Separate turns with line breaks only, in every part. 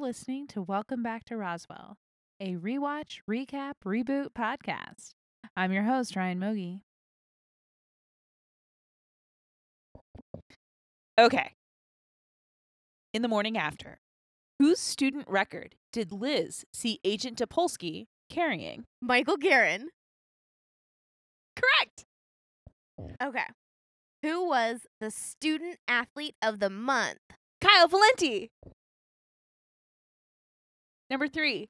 listening to Welcome Back to Roswell, a rewatch, recap, reboot podcast. I'm your host, Ryan Mogi.
Okay. In the morning after, whose student record did Liz see Agent Topolsky carrying?
Michael Garin.
Correct.
Okay. Who was the student athlete of the month?
Kyle Valenti. Number three.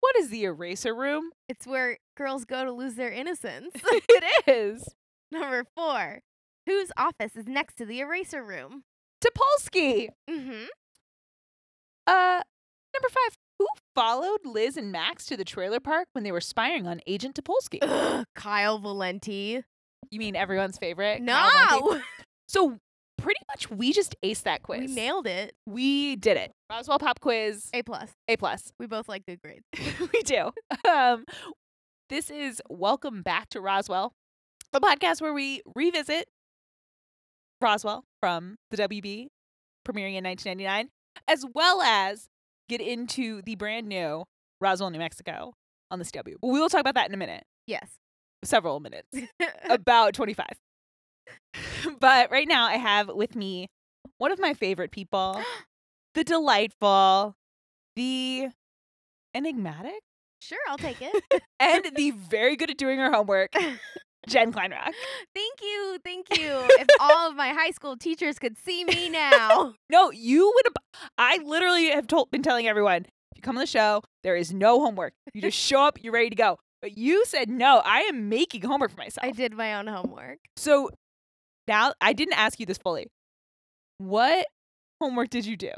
What is the eraser room?
It's where girls go to lose their innocence.
it is
Number four. Whose office is next to the eraser room?
Topolsky.
Mm-hmm.
Uh, number five. Who followed Liz and Max to the trailer park when they were spying on Agent Topolsky?
Ugh, Kyle Valenti.
You mean everyone's
Eh,
favorite? Kyle Valenti?
No,
So pretty much we just aced that quiz.
we nailed it.
We did it. Roswell Pop Quiz
A plus.
A plus.
We both like good grades.
we do. Um, this is Welcome Back to Roswell, a podcast where we revisit Roswell from the WB, premiering in 1999, as well as get into the brand new Roswell, New Mexico on this W. But we will talk about that in a minute,
Yes.
several minutes, about 25. but right now, I have with me one of my favorite people, the delightful, the enigmatic
sure, I'll take it.
and the very good at doing her homework, Jen Kleinrock.
thank you, thank you. if all of my high school teachers could see me now.
No, you would. Ab- I literally have told, been telling everyone, if you come on the show, there is no homework. You just show up, you're ready to go. But you said no. I am making homework for myself.
I did my own homework.
So now I didn't ask you this fully. What homework did you do?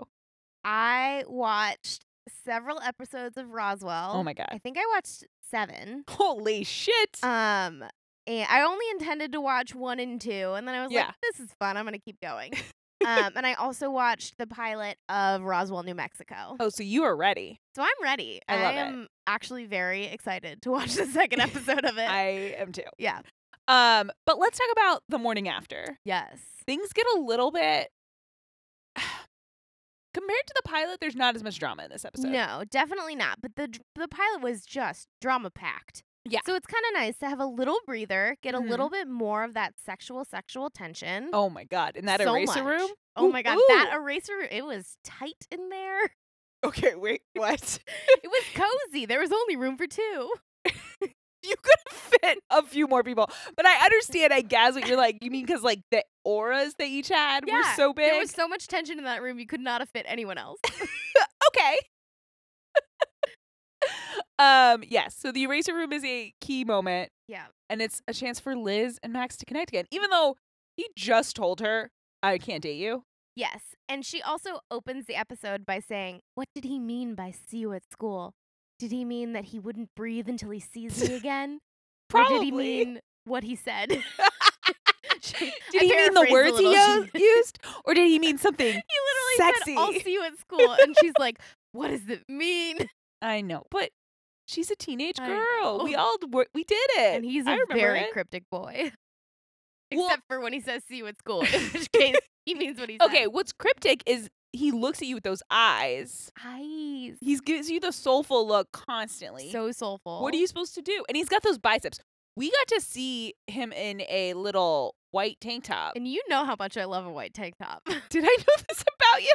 I watched several episodes of Roswell.
Oh my god!
I think I watched seven.
Holy shit!
Um, and I only intended to watch one and two, and then I was
Yeah.
like, "This is fun. I'm gonna keep going." um, and I also watched the pilot of Roswell, New Mexico.
oh, so you are ready.
So I'm ready.
I love it.
am actually very excited to watch the second episode of it.
I am too.
uh, yeah.
Um, but let's talk about the morning after.
Yes.
things get a little bit compared to the pilot there's not as much drama in this episode
No, definitely not. But the dr- the pilot was just drama packed.
Yeah.
So it's kind of nice to have a little breather, get
Mhm.
a little bit more of that sexual sexual tension.
oh my god in that
So
eraser
much.
room
Oh
Ooh,
my god,
ooh.
that eraser room, it was tight in there.
okay wait what
It was cozy. There was only room for two.
you could fit a few more people but i understand i guess what you're like you mean because like the auras they each had were
Yeah,
so big
There was so much tension in that room, you could not have fit anyone else.
okay um yes so the eraser room is a key moment
Yeah.
and it's a chance for liz and max to connect again even though he just told her i can't date you
Yes. And she also opens the episode by saying, What did he mean by see you at school? Did he mean that he wouldn't breathe until he sees me again?
probably
Or did he mean what he said? She-
Did
I
he mean the
paraphrased a
words he
little.
used, used, or did he mean something?
He literally said, I'll
Sexy.
see you at school. And she's like, What does it mean?
I know, but she's a teenage
I
girl. We
know.
all d- were, we did it.
And he's
I
a
remember
very
it.
cryptic boy.
Well-
Except for when he says see you at school, in which case he means what he said.
okay. What's cryptic is he looks at you with those eyes.
eyes.
He gives you the soulful look constantly.
So soulful.
what are you supposed to do? And he's got those biceps. We got to see him in a little white tank top.
And you know how much I love a white tank top.
did I know this about you?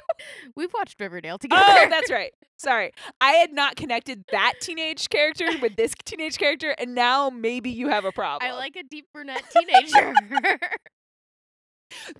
We've watched Riverdale together.
Oh, that's right. Sorry. I had not connected that teenage character with this teenage character, and now maybe you have a problem.
I like a deep brunette teenager.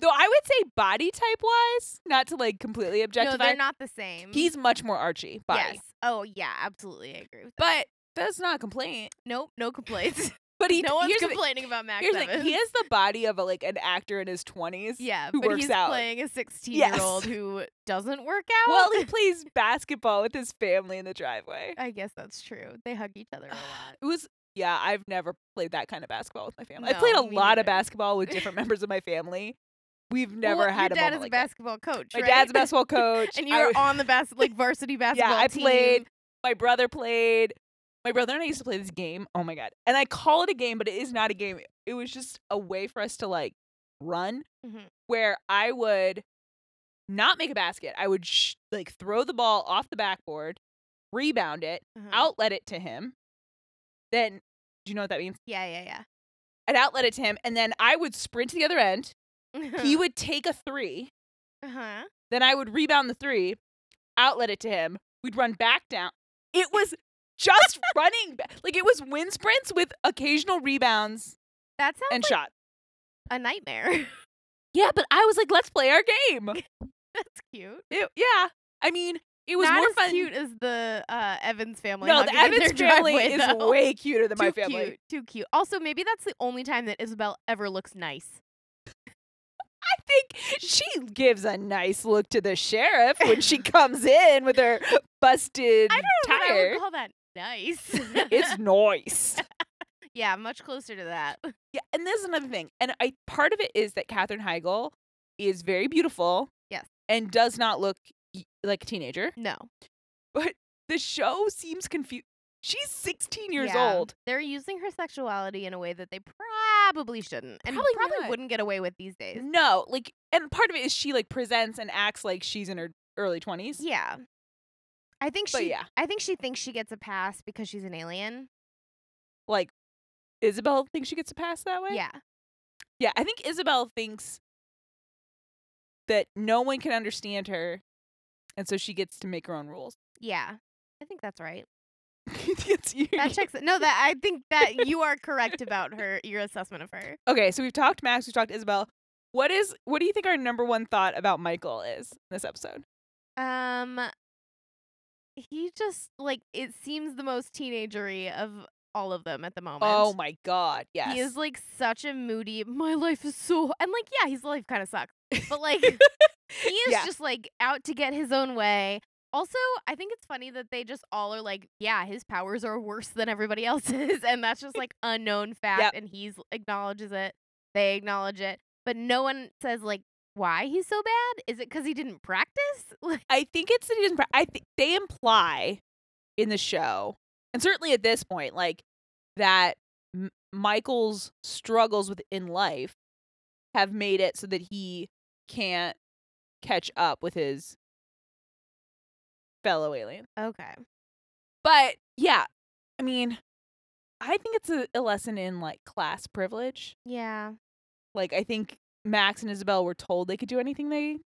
Though I would say body type wise, not to like completely
no,
objectify,
they're not the same.
he's much more Archie body.
yes. Oh yeah, absolutely. I agree with that.
But that's not a complaint.
Nope, no complaints.
But he
no one's
here's the thing-
complaining about Max
here's the thing,
Evans.
he has the body of a, like an actor in his twenties.
yeah,
who
but
works
he's
out.
playing a 16
Yes.
year old who doesn't work out.
Well, he plays basketball with his family in the driveway.
I guess that's true. They hug each other a lot.
It was yeah, I've never played that kind of basketball with my family. I've played a
No, me
lot
neither.
of basketball with different members of my family. We've never
well,
had
your
a
dad
moment
is a
like that.
basketball coach.
My
right?
dad's a basketball coach.
and
I
you were
was-
on the bas- like varsity basketball.
yeah, I
team.
played. My brother played. My brother and I used to play this game. Oh my god! And I call it a game, but it is not a game. It was just a way for us to like run,
Mhm.
where I would not make a basket. I would sh- like throw the ball off the backboard, rebound it,
Uh-huh.
outlet it to him. Then, do you know what that means?
Yeah, yeah,
I'd outlet it to him, and then I would sprint to the other end.
yeah.
He would take a three.
uh-huh.
Then I would rebound the three, outlet it to him. We'd run back down. It was just running. ba- Like it was wind sprints with occasional rebounds
That sounds
and
like
shots.
a nightmare.
Yeah, but I was like, let's play our game.
That's cute.
It- yeah. I mean, it was
Not
more
as
fun.
cute as the uh, Evans family.
no, the
hugging in their
Evans family
driveway,
is
though.
way cuter than my
Too
family.
Cute, too cute. Also, maybe that's the only time that Isabel ever looks nice.
I think she gives a nice look to the sheriff when she comes in with her busted
I don't know if I
tire.
would call that nice.
It's noise.
yeah, much closer to that.
Yeah, and this is another thing. And I part of it is that Katherine Heigl is very beautiful.
Yes.
And does not look y- like a teenager.
No,
The show seems confused. She's 16 years
Yeah.
old.
They're using her sexuality in a way that they probably shouldn't, and
Probably
probably
not.
wouldn't get away with these days.
No, like, and part of it is she like presents and acts like she's in her early 20s.
Yeah, I think
But
she.
yeah.
I think she thinks she gets a pass because she's an alien.
Like, Isabel thinks she gets a pass that way.
Yeah,
Yeah, I think Isabel thinks that no one can understand her, and so she gets to make her own rules.
yeah. I think that's right.
It's you.
That checks. No, that I think that you are correct about her. Your assessment of her.
Okay, so we've talked Max, we've talked Isabel. What is what do you think our number one thought about Michael is in this episode?
Um, he just like it seems the most teenagery of all of them at the moment.
Oh my god, yes.
He is like such a moody. My life is so and like yeah, his life kind of sucks, but like he is
Yeah.
just like out to get his own way. Also, I think it's funny that they just all are like, yeah, his powers are worse than everybody else's, and that's just like unknown fact,
Yep.
and he's acknowledges it. They acknowledge it, but no one says like why he's so bad. Is it because he didn't practice? Like,
I think it's that he doesn't pra- I think they imply in the show, and certainly at this point, like that M- Michael's struggles within life have made it so that he can't catch up with his fellow aliens.
okay,
But yeah, I mean, I think it's a, a lesson in like class privilege.
yeah,
Like I think Max and Isabel were told they could do anything they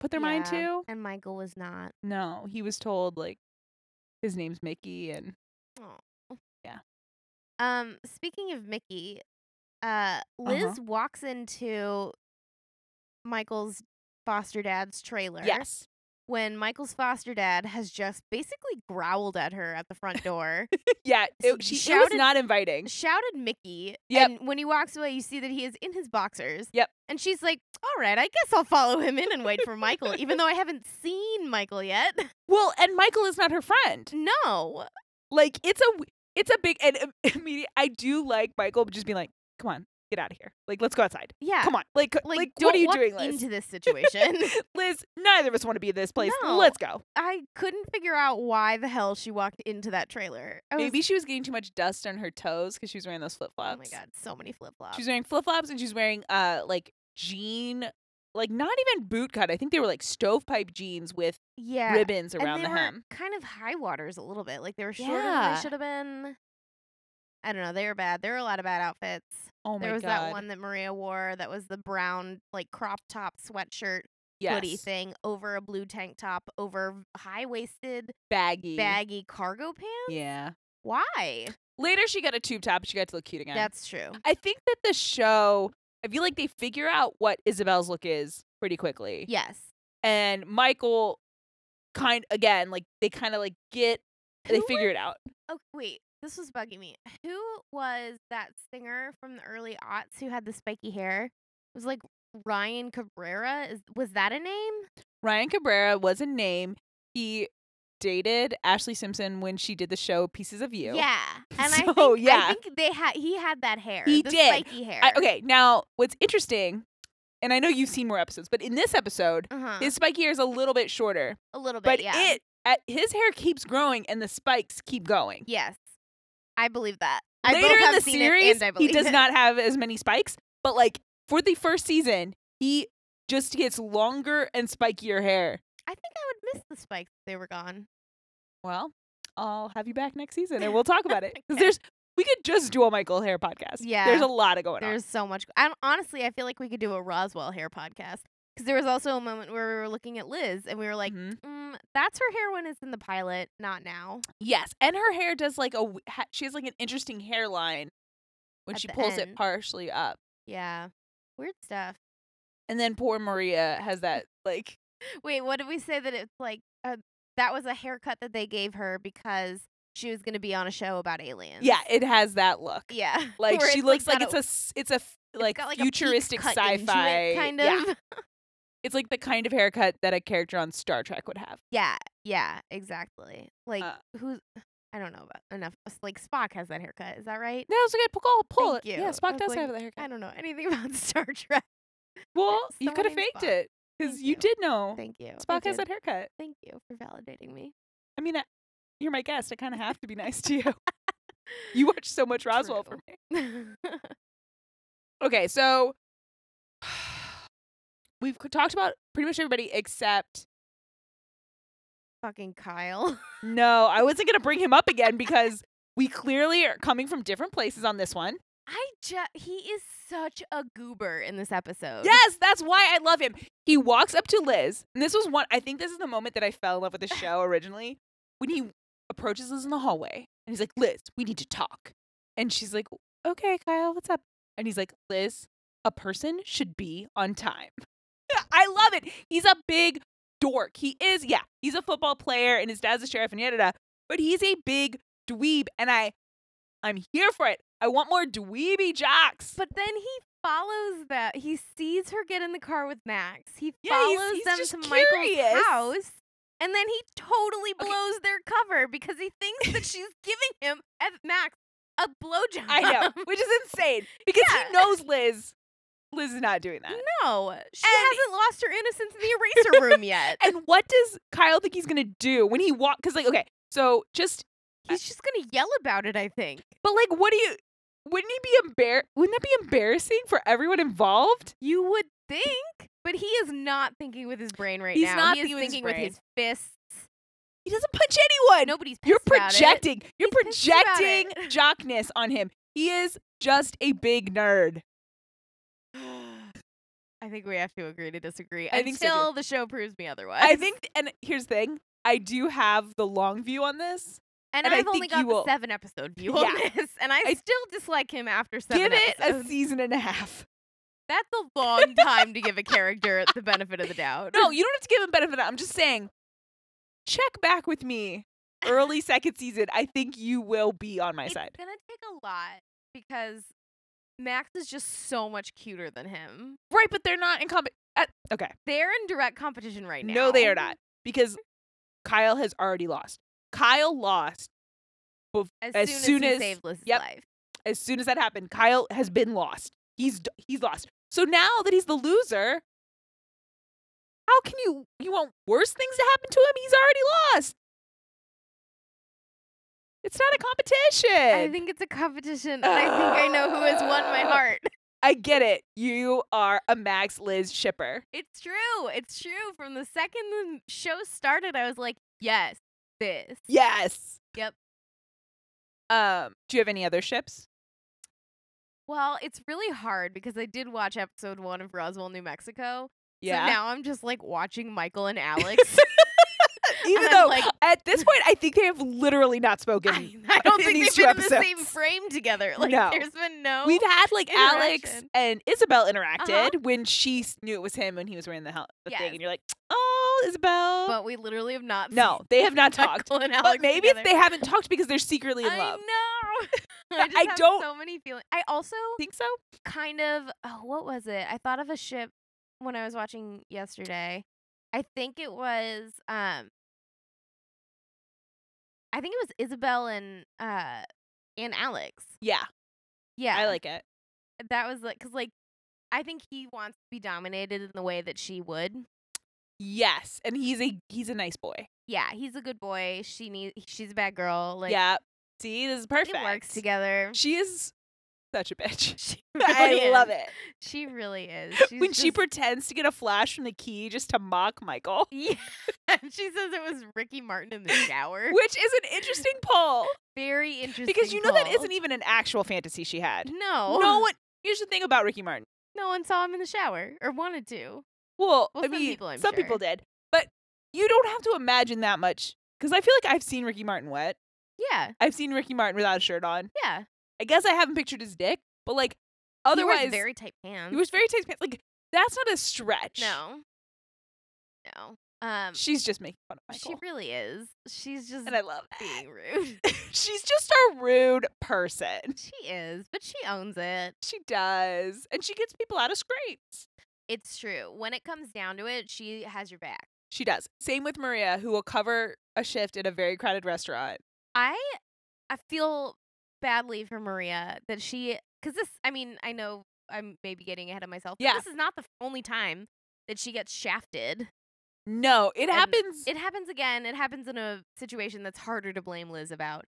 put their mind
yeah.
to.
And Michael was not.
No, he was told like his name's Mickey and
Um, speaking of Mickey, uh, Liz
Uh-huh.
walks into Michael's foster dad's trailer.
yes.
When Michael's foster dad has just basically growled at her at the front door,
Yeah, it,
She
she it
shouted-
was not inviting.
shouted Mickey.
Yep.
And when he walks away, you see that he is in his boxers.
Yep.
And she's like, all right, I guess I'll follow him in and wait for Michael, even though I haven't seen Michael yet.
Well, and Michael is not her friend.
Mm. no.
Like it's a w- it's a big and immediate. I do like Michael just being like, "Come on, get out of here. Like, let's go outside.
Yeah.
Come on. Like, c-
Like,
like,
don't
what are you
walk
doing, Liz?
into this situation?
Liz, neither of us want to be in this place.
No.
Let's go.
I couldn't figure out why the hell she walked into that trailer. I was
Maybe she was getting too much dust on her toes because she was wearing those flip flops.
Oh my god, so many flip flops.
she's wearing flip flops and she's wearing uh like jean, like not even boot cut. I think they were like stovepipe jeans with
yeah,
ribbons
and
around
they
the
were
hem.
kind of high waters a little bit. Like they were shorter than they
Yeah.
should have been. I don't know. They were bad. There were a lot of bad outfits.
Oh my
there was
god!
that one that Maria wore that was the brown like crop top sweatshirt
yes.
hoodie thing over a blue tank top over high waisted
baggy.
baggy cargo pants.
Yeah.
Why?
Later, she got a tube top. She got to look cute again.
That's true.
I think that the show, I feel like they figure out what Isabel's look is pretty quickly.
Yes.
And Michael, kind again, like they kind of like get, they
Who
figure it out.
Oh wait, this was bugging me. Who was that singer from the early aughts who had the spiky hair? It was like Ryan Cabrera. Is was that a name?
Ryan Cabrera was a name. He dated Ashley Simpson when she did the show Pieces of You.
Yeah. And I
So,
think
yeah.
I think they had he had that hair.
He
the
did.
spiky hair.
I- okay, now what's interesting, and I know you've seen more episodes, but in this episode,
Uh-huh.
his spiky hair is a little bit shorter,
a little bit.
but
yeah.
it at, his hair keeps growing and the spikes keep going.
yes. I believe that. I
Later
both
in
have
the
seen
series,
it and I
he
believe
does
it.
not have as many spikes, but like for the first season, he just gets longer and spikier hair.
I think I would miss the spikes if they were gone.
Well, I'll have you back next season and we'll talk about it. Because
Okay.
there's we could just do a Michael hair podcast. There's
Yeah.
a lot of going on.
There's so much. I don't, honestly, I feel like we could do a Roswell hair podcast because there was also a moment where we were looking at Liz and we were like,
Mhm.
mm, "That's her hair when it's in the pilot, not now."
Yes, and her hair does like a w- ha- she has like an interesting hairline when
At
she
the
pulls it
end.
partially up,
Yeah, weird stuff.
and then poor Maria has that like
Wait, what did we say that it's like? Uh, that was a haircut that they gave her because she was going to be on a show about aliens.
yeah, it has that look.
yeah.
Like
where
she
it's,
looks like,
got
it's a s- it's a f- like,
got, like, a peak
futuristic
cut into it,
sci-fi
kind
yeah.
of.
It's like the kind of haircut that a character on Star Trek would have.
Yeah, yeah, exactly. Like
Uh,
who's I don't know about enough. s- Like Spock has that haircut. Is that right?
That was a good pull. Pull
Thank
it. Yeah,
you. I
Spock
was
does
like,
have that haircut.
I don't know anything about Star Trek.
Well, you
someone
could have
named
faked
Spock.
it because
Thank
you
you.
did know
Thank you. I
Oh, Spock has
did.
that haircut.
Thank you for validating me.
I mean, I, you're my guest. I kind of have to be nice to you. You watch so much Roswell for
True.
me. Okay, so we've c- talked about pretty much everybody except
Fucking Kyle.
no, I wasn't gonna bring him up again because we clearly are coming from different places on this one.
I just he is such a goober in this episode.
Yes, that's why I love him. He walks up to Liz, and this was one. I think this is the moment that I fell in love with the show originally when he approaches Liz in the hallway, and he's like, "Liz, we need to talk," and she's like, "Okay, Kyle, what's up?" And he's like, "Liz, a person should be on time." I love it. He's a big dork. He is, yeah, he's a football player, and his dad's a sheriff, and yada yada. But he's a big dweeb, and I, I'm here for it. I want more dweeby jocks.
But then he follows that. He sees her get in the car with Max. He
Yeah, he's-
follows
he's
them
just
to
curious.
Michael's house. And then he totally
Okay.
blows their cover because he thinks that she's giving him at Max a blowjob.
I know, which is insane because
Yeah.
he knows Liz. Liz is not doing that.
No, she
And-
hasn't lost her innocence in the eraser room yet.
And what does Kyle think he's gonna do when he walk? Because like, okay, so just
He's just gonna yell about it. I think.
but like, what do you? Wouldn't he be embar? Wouldn't that be embarrassing for everyone involved?
You would think, but he is not thinking with his brain right
He's
now.
not
he is
thinking with his
thinking with
brain.
his fists.
He doesn't punch anyone.
Nobody's pissed
you're
about it.
projecting. You're
He's pissed about
projecting
it.
jockness on him. He is just a big nerd.
I think we have to agree to disagree
I think so, too.
until the show proves me otherwise.
I think, and here's the thing: I do have the long view on this.
and,
and I
I've only
think
got
you
the
will-
seven episode view
Yeah.
on this, and I,
I-
still dislike him after seven
Give it
episodes.
a season and a half.
That's a long time to give a character the benefit of the doubt.
No, you don't have to give him benefit of the doubt. I'm just saying, check back with me early second season. I think you will be on my
it's
side.
gonna take a lot because Max is just so much cuter than him.
Right, but they're not in comp. Uh, okay.
They're in direct competition right now.
No, they are not because Kyle has already lost. Kyle lost
As,
As
soon,
soon
as
as-
he saved Liz's
yep.
life,
as soon as that happened. Kyle has been lost. He's d- he's lost. So now that he's the loser, how can you you want worse things to happen to him? He's already lost. It's not a competition.
I think it's a competition, and I think I know who has won my heart.
I get it. You are a Max Liz shipper.
It's true. It's true. From the second the show started, I was like, yes, this.
Yes.
Yep.
Um, do you have any other ships?
Well, it's really hard because I did watch episode one of Roswell, New Mexico. So now I'm just like watching Michael and Alex.
Even
I'm
though
like-
at this point I think they have literally not spoken.
I, I don't
in
think
these
they've
two
been in the same
episodes.
frame together. Like,
No.
there's been no.
We've had like Alex
Interaction. Uh-huh.
and Isabel interacted when she s- knew it was him when he was wearing the, hel- the
Yes.
thing, and you're like, "Oh, Isabel."
but we literally have not.
no, they have not
seen
talked.
Michael and Alex
But maybe
together.
if they haven't talked because they're secretly in
I
love.
know.
I
I, just have
don't-
So many feelings. I also
Think so?
kind of oh, what was it? I thought of a ship when I was watching yesterday. I think it was um I think it was Isabel and uh and Alex.
Yeah,
Yeah.
I like it.
that was like cuz like I think he wants to be dominated in the way that she would.
Yes, and he's a he's a nice boy.
Yeah, he's a good boy. She needs she's a bad girl. Like
yeah. See, this is perfect.
it works together.
She is such a bitch.
She really
I
is.
love it.
She really is. She's
when she
just-
pretends to get a flash from the key just to mock Michael,
yeah. she says it was Ricky Martin in the shower.
which is an interesting poll
Very interesting.
because you know that
poll.
isn't even an actual fantasy she had.
No.
No one. Here's the thing about Ricky Martin.
No one saw him in the shower or wanted to.
Well,
Well,
I
some
mean,
people, I'm
some people
sure.
did, but you don't have to imagine that much because I feel like I've seen Ricky Martin wet.
Yeah.
I've seen Ricky Martin without a shirt on.
Yeah.
I guess I haven't pictured his dick, but like
He wears
otherwise,
very tight pants.
he was very tight pants. Like that's not a stretch.
no. No. Um.
she's just making fun of
She
Michael,
really is. She's just
and I love
being rude.
that. she's just a rude person.
she is, but she owns it.
She does, and she gets people out of scrapes.
It's true. When it comes down to it, she has your back.
She does. Same with Maria, who will cover a shift at a very crowded restaurant.
I I feel badly for Maria that she cuz this I mean, I know I'm maybe getting ahead of myself. but
Yeah.
This is not the f- only time that she gets shafted.
No, it happens.
It happens again. It happens in a situation that's harder to blame Liz about.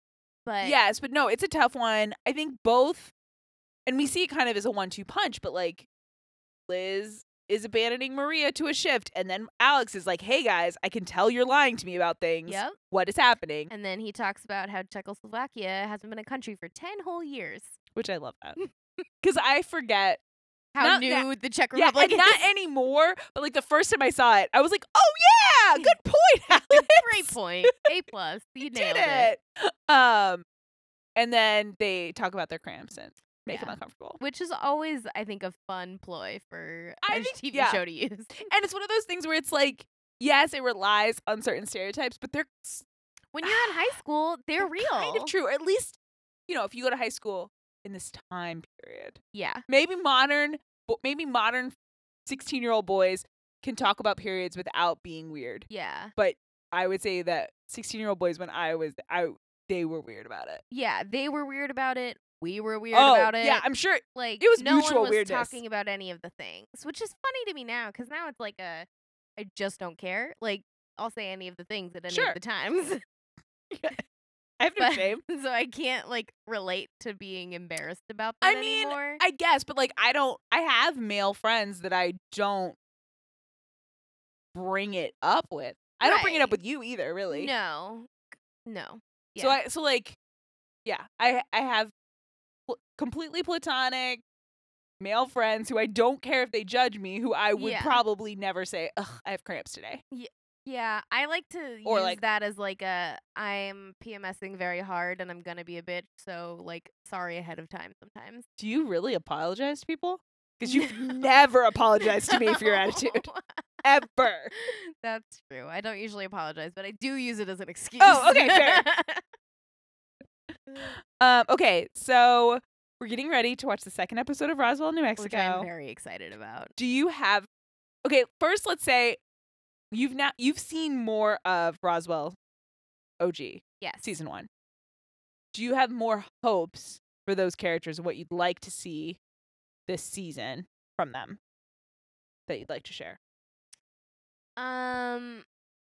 But
Yes, but no, it's a tough one. I think both, and we see it kind of as a one two punch, but like Liz is abandoning Maria to a shift, and then Alex is like, hey guys, I can tell you're lying to me about things.
Yep.
What is happening?
And then he talks about how Czechoslovakia hasn't been a country for 10 whole years.
Which I love that. Because I forget.
How
Not
new
that-
the Czech
Yeah,
Republic
and not
is.
anymore, but like the first time I saw it, I was like, oh yeah, good point, Alex.
Great point. A plus. You nailed
Did it. Um, and then they talk about their cramps and make them
Yeah.
uncomfortable.
Which is always, I think, a fun ploy for
I
a
think-
TV
yeah.
show to use.
And it's one of those things where it's like, yes, it relies on certain stereotypes, but they're, s-
When you're in high school, they're,
they're
real.
kind of true. Or at least, you know, if you go to high school in this time period,
Yeah.
maybe modern, bo- maybe modern, sixteen-year-old boys can talk about periods without being weird.
Yeah.
I would say that sixteen-year-old boys, when I was, I they were weird about it.
Yeah. They were weird about it. We were weird
oh,
about it.
yeah, I'm sure.
like
It was
no one
mutual
was
weirdness.
talking about any of the things, which is funny to me now because now it's like a I just don't care. Like I'll say any of the things at any
Sure.
of the times,
I have no
But-
shame.
so I can't like relate to being embarrassed about
I
them
mean,
anymore.
I guess, but like I don't I have male friends that I don't bring it up with. I don't bring it up
Right.
with you either, really.
no, no,
So
yeah.
I so like yeah, I I have pl- completely platonic male friends who I don't care if they judge me, who I would
Yeah.
probably never say, "Ugh, I have cramps today."
yeah. I like to
Or,
use
like-
that as like a I'm PMSing very hard and I'm gonna be a bitch, so like sorry ahead of time sometimes.
Do you really apologize to people? Cuz you've
No.
never apologized to me for your attitude
No.
ever.
That's true. I don't usually apologize, but I do use it as an excuse.
Oh, okay, fair. Um okay, so we're getting ready to watch the second episode of Roswell, New
Which
Mexico.
I'm very excited about.
do you have okay first let's say you've not you've seen more of roswell og
Yes.
season one do you have more hopes for those characters what you'd like to see this season from them that you'd like to share
Um,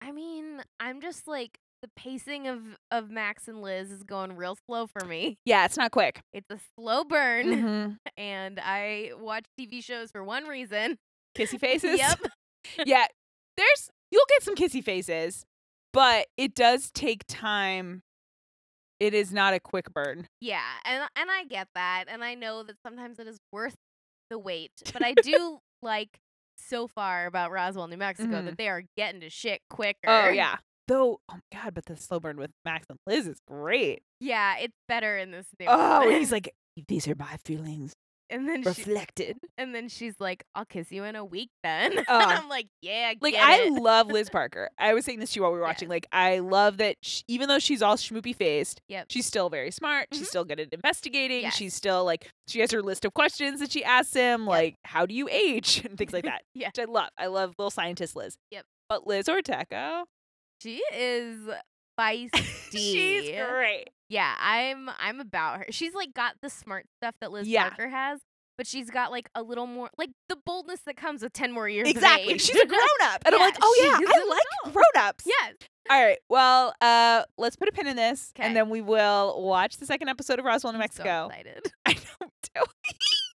I mean, I'm just like the pacing of of Max and Liz is going real slow for me.
yeah it's not quick
It's a slow burn,
mm-hmm.
and I watch TV shows for one reason.
kissy faces
Yep.
yeah there's you'll get some kissy faces but it does take time it is not a quick burn
Yeah, and and I get that, and I know that sometimes it is worth the wait, but I do like so far about Roswell, New Mexico,
Mhm.
that they are getting to shit quicker.
Oh yeah. Though, oh my god, but the slow burn with Max and Liz is great.
yeah, it's better in this new.
Oh, and
one.
he's like, these are my feelings
and then she,
reflected.
and then she's like, "I'll kiss you in a week." Then And
Oh.
I'm like, "Yeah,
Like
get
I
it."
love Liz Parker. I was saying this to you while we were
Yeah.
watching. Like I love that sh even though she's all schmoopy faced,
Yep.
she's still very smart. She's
Mhm.
still good at investigating.
Yes.
She's still like she has her list of questions that she asks him, like how do you age and things like that.
Yeah.
which I love. I love little scientist Liz.
Yep.
But Liz Orteco,
She is feisty.
she's great.
Yeah, I'm I'm about her. She's like got the smart stuff that Liz
Yeah.
Parker has, but she's got like a little more like the boldness that comes with ten more years. of
Exactly.
age.
She's a grown up. And I'm
Yeah,
like, oh yeah,
she's
I
an
like
adult.
grown ups.
yes.
All right. Well, uh, let's put a pin in this,
Okay.
and then we will watch the second episode of Roswell, New
I'm so
Mexico.
excited.
I don't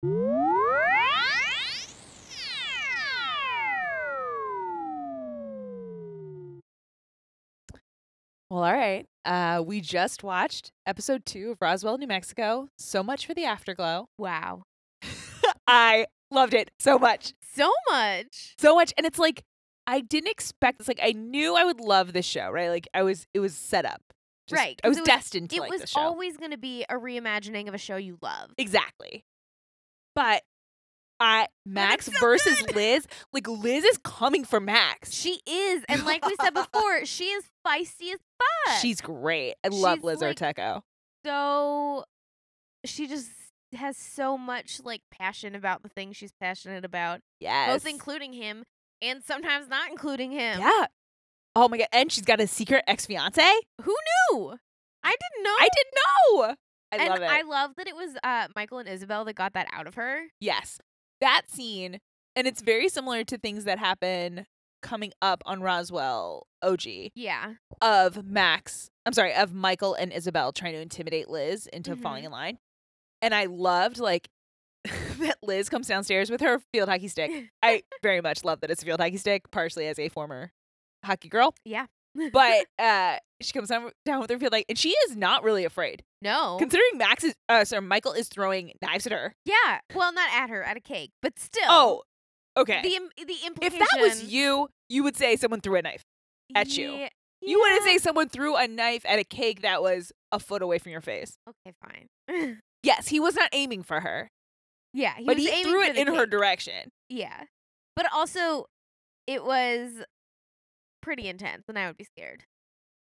do. Well, all right. Uh, we just watched episode two of Roswell, New Mexico. So much for the afterglow.
Wow.
I loved it so much.
So much.
So much. And it's like, I didn't expect this. Like, I knew I would love this show, right? Like, I was, it was set up. Just-
Right,
I
'cause
was,
it was-
destined to
It
like
was
the show.
always going to be a reimagining of a show you love.
Exactly. But I Max
so
versus
good.
Liz, like Liz is coming for Max.
She is, and like we said before, she is feisty as fuck.
She's great. I love
She's
Liz
like-
Arteco.
so she just has so much like passion about the things she's passionate about,
Yes.
both including him and sometimes not including him.
Yeah. Oh my god. And she's got a secret ex fiance.
Ooh, I didn't know.
I didn't know. I
and
love it.
I love that it was uh, Michael and Isabel that got that out of her.
yes. That scene. And it's very similar to things that happen coming up on Roswell OG
Yeah,
of Max. I'm sorry, of Michael and Isabel trying to intimidate Liz into falling
Mhm.
in line. And I loved like that Liz comes downstairs with her field hockey stick. I very much love that it's a field hockey stick, partially as a former hockey girl.
yeah.
But uh she comes down, down with her field like and she is not really afraid.
no,
Considering Max is uh sorry, Michael is throwing knives at her.
yeah. Well, not at her, at a cake, but still.
Oh, okay.
the im- the
if
implication.
that was you, you would say someone threw a knife. at you.
Ye-
You wouldn't
yeah.
say someone threw a knife at a cake that was a foot away from your face.
Okay, fine.
Yes, he was not aiming for her,
yeah, he
but
was
he
aiming
threw
for
it
the
in her
cake.
direction.
Yeah, but also, it was pretty intense, and I would be scared.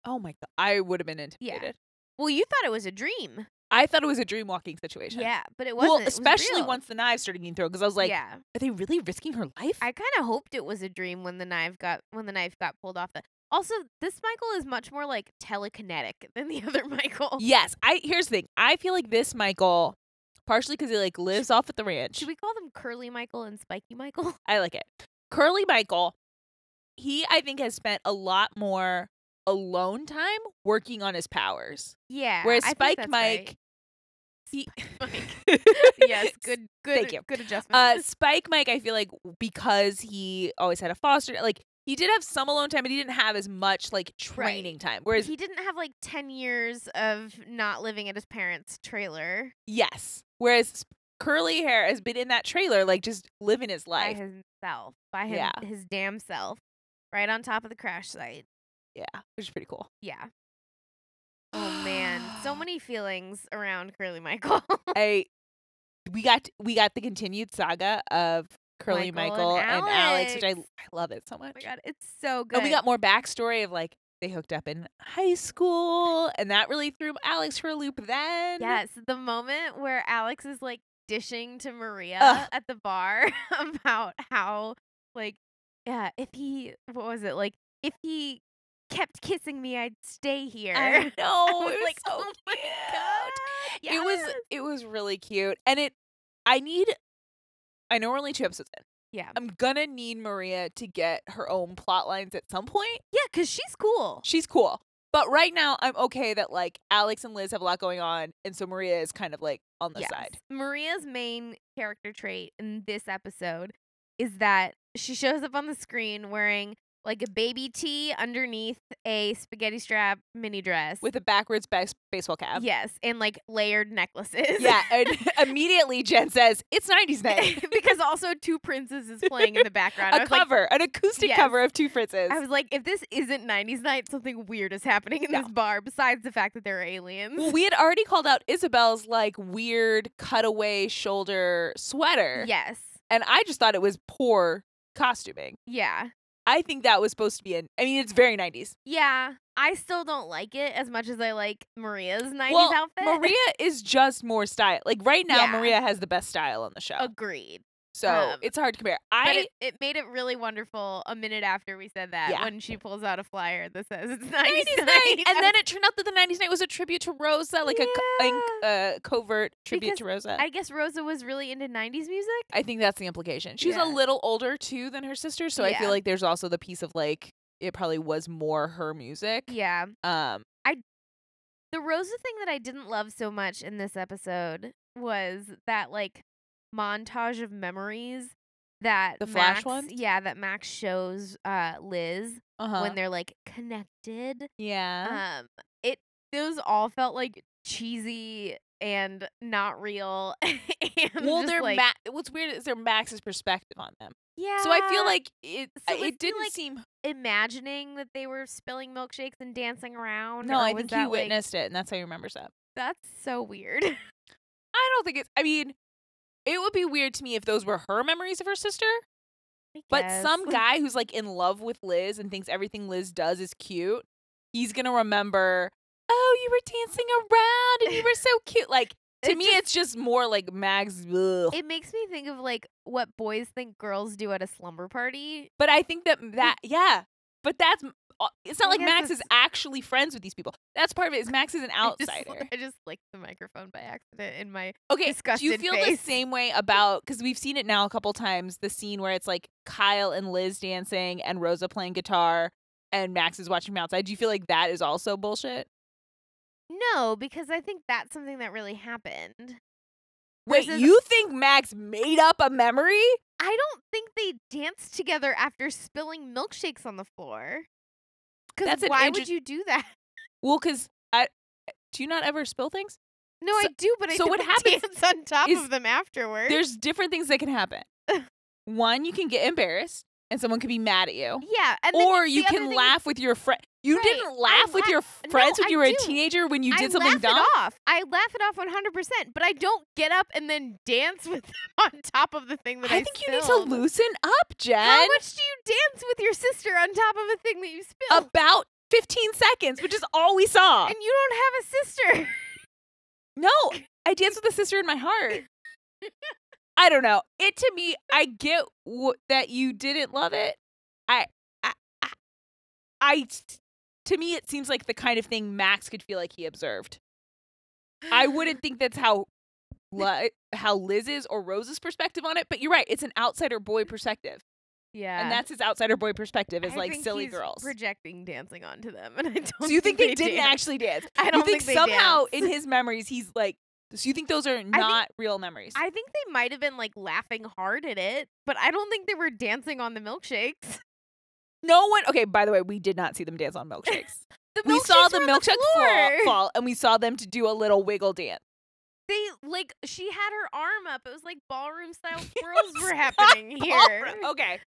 Oh my god, I would have been intimidated.
Well, you thought it was a dream.
I thought it was a dream walking situation.
Yeah, but it wasn't.
Well,
It was
especially
real.
once the knives started getting thrown, because I was like,
yeah,
"Are they really risking her life?"
I kind of hoped it was a dream when the knife got when the knife got pulled off. The also, this Michael is much more like telekinetic than the other Michael.
yes, I. Here's the thing: I feel like this Michael, partially because he like lives off at the ranch.
Should we call them Curly Michael and Spiky Michael?
I like it. Curly Michael, he I think has spent a lot more alone time working on his powers,
Yeah.
whereas
I think
Spike
that's
Mike,
right.
he.
yes, good, good,
Thank you.
good adjustment.
Uh, Spike Mike, I feel like because he always had a foster, like he did have some alone time, but he didn't have as much like training time. Whereas,
he didn't have like 10 years of not living at his parents' trailer.
yes, whereas Sp- curly hair has been in that trailer, like just living his
by
life.
himself, by him,
Yeah.
his damn self, right on top of the crash site.
yeah, which is pretty cool.
Yeah. Oh man, so many feelings around Curly Michael. Oh
I we got we got the continued saga of Curly
Michael
Michael,
and
and, Alex, which I
Alex.
I love it so
oh
much.
my god, it's so good.
and we got more backstory of like they hooked up in high school, and that really threw Alex for a loop. Then
yes, the moment where Alex is like dishing to Maria
Ugh.
at the bar about how like yeah, if he what was it like if he kept kissing me, I'd stay here.
I know
was
it was
like,
so
"Oh my
cute.
yes.
It was it was really cute, and it I need. I know we're only two episodes in.
yeah,
I'm gonna need Maria to get her own plot lines at some point.
yeah, because she's cool.
She's cool. But right now, I'm okay that like Alex and Liz have a lot going on, and so Maria is kind of like on the
Yes.
side.
Maria's main character trait in this episode is that she shows up on the screen wearing like a baby tee underneath a spaghetti strap mini dress.
with a backwards bas- baseball cap.
yes, and like layered necklaces.
Yeah, and immediately Jen says, It's 90s night.
because also two princes is playing in the background. I
a
was like,
cover, an acoustic
Yes.
cover of Two Fritzes.
I was like, if this isn't 90s night, something weird is happening in
No.
this bar besides the fact that there are aliens.
well, we had already called out Isabel's like weird cutaway shoulder sweater.
yes.
And I just thought it was poor costuming.
Yeah.
I think that was supposed to be an, I mean, it's very 90s.
Yeah. I still don't like it as much as I like Maria's 90s
Well,
outfit.
Maria is just more style. Like right now,
Yeah.
Maria has the best style on the show.
Agreed.
so
um,
it's hard to compare.
But
I,
it, it made it really wonderful a minute after we said that
Yeah.
when she pulls out a flyer that says it's 90s,
90s night.
night.
And then it turned out that the 90s night was a tribute to Rosa, like a co- in- uh, covert tribute
Because
to Rosa.
I guess Rosa was really into 90s music.
I think that's the implication. She's
Yeah.
a little older too than her sister, so I
Yeah.
feel like there's also the piece of like it probably was more her music.
Yeah.
Um
The Rosa thing that I didn't love so much in this episode was that like montage of memories that
The Flash
Max-
one?
Yeah, that Max shows uh Liz
Uh-huh.
when they're like connected.
yeah.
Um it those all felt like cheesy and not real. and
well,
um, just,
they're
like,
Ma- what's weird is they're Max's perspective on them.
yeah.
So I feel like it
So
I-
was he,
it didn't
like,
seem
imagining that they were spilling milkshakes and dancing around.
No,
or
I
was
think
that,
he
like-
witnessed it and that's how he remembers that.
that's so weird.
I don't think it's I mean, it would be weird to me if those were her memories of her sister,
I
but
guess.
some guy who's like in love with Liz and thinks everything Liz does is cute, he's going to remember, "Oh, you were dancing around and you were so cute." Like to
It
me
just-
it's just more like Mags ugh.
it makes me think of like what boys think girls do at a slumber party.
But I think that that yeah, but that's uh, it's not
I
like
guess
Max is
it's-
actually friends with these people. That's part of it. Is Max is an
I just-
outsider.
I just, licked the microphone by accident in my
Okay, do you
disgusted
feel
face.
the same way about because we've seen it now a couple times the scene where it's like Kyle and Liz dancing and Rosa playing guitar and Max is watching from outside. Do you feel like that is also bullshit?
No, because I think that's something that really happened.
Wait,
Versus-
you think Max made up a memory?
I don't think they danced together after spilling milkshakes on the floor. Because
That's an
why
inter-
would you do that?
Well, because I do you not ever spill things?
No,
So-
I do, but I
so what
don't
happens
dance on top
is
of them afterwards.
There's different things that can happen. One, you can get embarrassed and someone can be mad at you.
yeah, and then
or
the
you
other
can
thing-
laugh with your friend. You
Right,
didn't
I
laugh with
laugh-
your
No,
friends when
I
you were
do.
a teenager when you
I
did something
laugh
dumb.
it off. I laugh it off 100, percent but I don't get up and then dance with them on top of the thing that I,
I think you need to
spilled.
loosen up,
How
Jen.
much do you dance with your sister on top of a thing that you spilled?
About 15 seconds, which is all we saw.
and you don't have a sister.
no, I danced with a sister in my heart. I don't know. It to me, I get wh- that you didn't love it. I, I, I, I, to me, it seems like the kind of thing Max could feel like he observed. I wouldn't think that's how li- how Liz's or Rose's perspective on it, but you're right. It's an outsider boy perspective,
Mm, Yeah.
and that's his outsider boy perspective is
I
like
think
silly
he's
girls.
projecting dancing onto them, and I don't.
so you think they, didn't
dance.
actually dance?
I don't
you think,
they
somehow
dance.
in his memories he's like? So you think those are not real memories?
I think they might have been like laughing hard at it, but I don't think they were dancing on the milkshakes.
no one. Okay. By the way, we did not see them dance on milkshakes.
The
we saw
milkshakes
the
were on
milkshake
floor.
fall, fall, and we saw them to do a little wiggle dance.
They like she had her arm up. It was like ballroom style twirls
was
were
not
happening here.
Ballroom. Okay.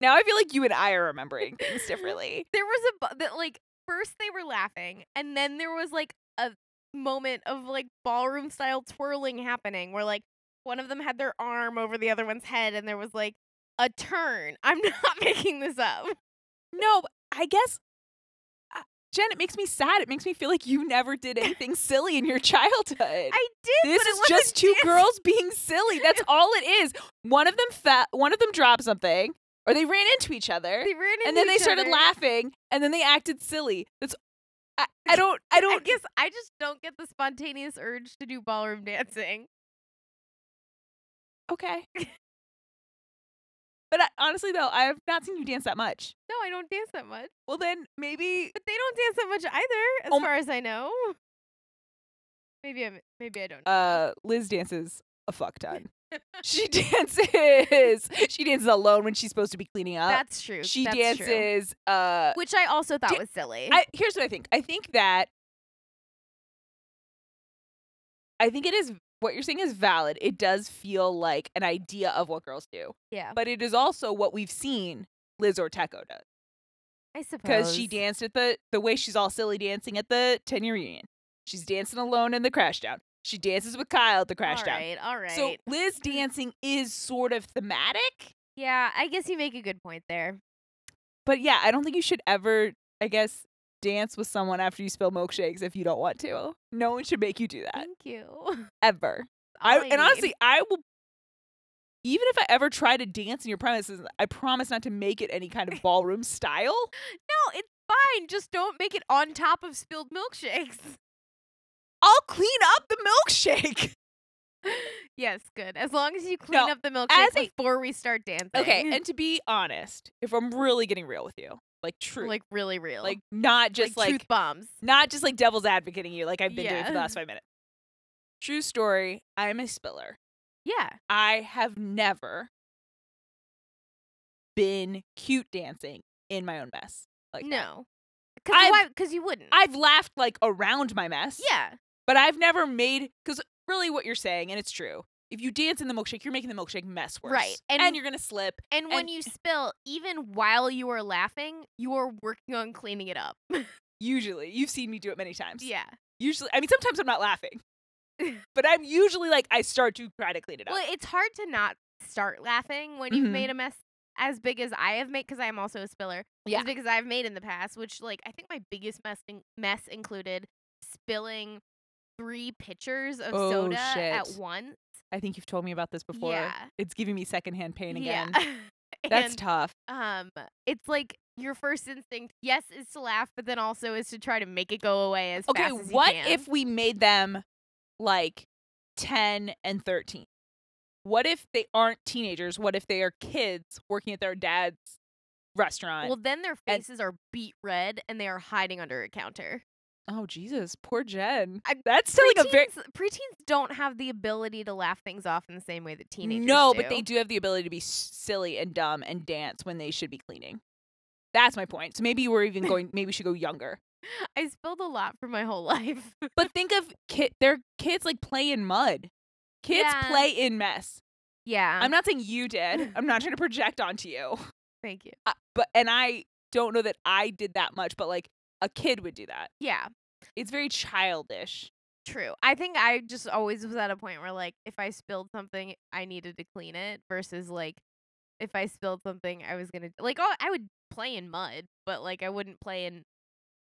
now I feel like you and I are remembering things differently.
There was a bu- that like first they were laughing, and then there was like a moment of like ballroom style twirling happening, where like one of them had their arm over the other one's head, and there was like a turn. I'm not making this up.
No, but I guess, uh, Jen, it makes me sad. It makes me feel like you never did anything silly in your childhood.
I did,
this
but
is
it wasn't
just two
dancing.
girls being silly. That's all it is. One of them fa- one of them dropped something, or they ran into each other,
They ran
and
into
then they
each
started
other.
laughing, and then they acted silly. That's I, I don't I
I
don't
guess I just don't get the spontaneous urge to do ballroom dancing.
okay. But I, honestly, though, I've not seen you dance that much.
No, I don't dance that much.
Well, then maybe
But they don't dance that much either, as
Oh m-
far as I know. Maybe I'm. Maybe I don't. Know.
uh Liz dances a fuck ton. she dances. She dances alone when she's supposed to be cleaning up.
That's true.
Uh, she
That's true.
dances. Uh,
which I also thought
Dan-
was silly.
I, here's what I think. I think that I think it is what you're saying is valid. It does feel like an idea of what girls do,
yeah,
but it is also what we've seen Liz Orteco does
I suppose
because she danced at the the way she's all silly dancing at the ten year reunion. She's dancing alone in the crash down. She dances with Kyle at the crash
all
down.
right, all right. Mm.
So Liz dancing is sort of thematic,
yeah, I guess you make a good point there.
but yeah, I don't think you should ever, I guess, dance with someone after you spill milkshakes if you don't want to. No one should make you do that
Thank you. All
ever. Mm. I,
I
and honestly,
need.
I will. Even if I ever try to dance in your premises, I promise not to make it any kind of ballroom style.
no, it's fine. Just don't make it on top of spilled milkshakes.
I'll clean up the milkshake.
yes, good. As long as you clean
No,
up the milkshake
a-
before we start dancing.
Okay, and to be honest, if I'm really getting real with you, like true, like,
like really real,
not just like,
truth bombs.
not just like devil's advocating you, like I've been doing for the
Yeah.
last five minutes. True story. I'm a spiller.
Yeah,
I have never been cute dancing in my own mess. Like that.
no,
I've-
because because you wouldn't.
I've laughed like around my mess.
yeah,
But I've never made because really what you're saying, and it's true. If you dance in the milkshake, you're making the milkshake mess worse.
Right,
And,
and-
you're gonna slip.
and when
And-
you spill, even while you are laughing, you are working on cleaning it up.
Usually, you've seen me do it many times.
yeah.
Usually, I mean, sometimes I'm not laughing, but I'm usually like I start to try to clean it up.
Well, it's hard to not start laughing when you've
Mhm.
made a mess as big as I have made, because I am also a spiller.
Yeah.
As big as I've made in the past, which like I think my biggest mess in- mess included spilling three pitchers of
Oh,
soda at
shit.
once.
I think you've told me about this before.
Yeah.
It's giving me secondhand pain
Yeah.
again. That's
And,
tough.
um, it's like your first instinct, yes, is to laugh, but then also is to try to make it go away as
Okay,
fast as you
what
can.
if we made them like 10 and 13? What if they aren't teenagers? What if they are kids working at their dad's restaurant?
Well, then their
and-
faces are beat red and they are hiding under a counter.
oh Jesus, poor Jen.
I-
That's still like a very
Preteens- preteens don't have the ability to laugh things off in the same way that teenagers
No,
do.
but they do have the ability to be s- silly and dumb and dance when they should be cleaning. That's my point. So maybe we're even going maybe we should go younger.
I spilled a lot for my whole life.
But think of kid their kids like play in mud. Kids
Yeah.
play in mess.
yeah.
I'm not saying you did. I'm not trying to project onto you.
thank you.
I- but and I don't know that I did that much, but like a kid would do that.
Yeah,
It's very childish.
true. I think I just always was at a point where like if I spilled something, I needed to clean it versus like if I spilled something, I was gonna like oh I would play in mud, but like I wouldn't play in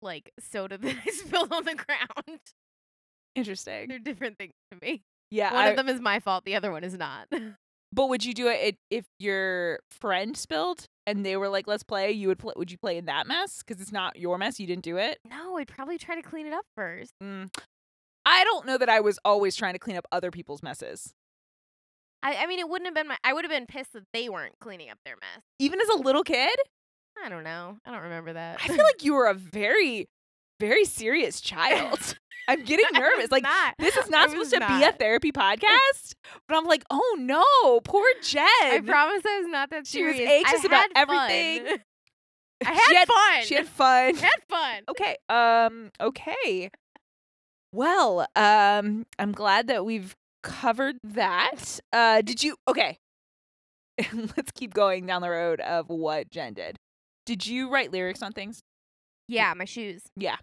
like soda that I spilled on the ground.
Interesting.
They're different things to me.
Yeah.
One
I-
of them is my fault, the other one is not.
but would you do it if- if your friend spilled and they were like, "Let's play"? You would play? Would you play in that mess? Because it's not your mess. You didn't do it.
no, I'd probably try to clean it up first.
Mm. I don't know that I was always trying to clean up other people's messes.
I, I mean, it wouldn't have been my. I would have been pissed that they weren't cleaning up their mess.
Even as a little kid,
I don't know. I don't remember that.
I feel like you were a very, very serious child. I'm getting
I was
nervous. Like
not.
This is
I
not supposed to
was
be a
not.
therapy podcast. But I'm like, oh no, poor Jen.
I promise I was not that
She was
serious.
anxious
I
about
had
everything.
fun. I had,
she had
fun.
She had fun.
I had fun.
okay. Um, okay. Well, um, I'm glad that we've covered that. Uh did you okay. Let's keep going down the road of what Jen did. Did you write lyrics on things?
Yeah, my shoes.
Yeah.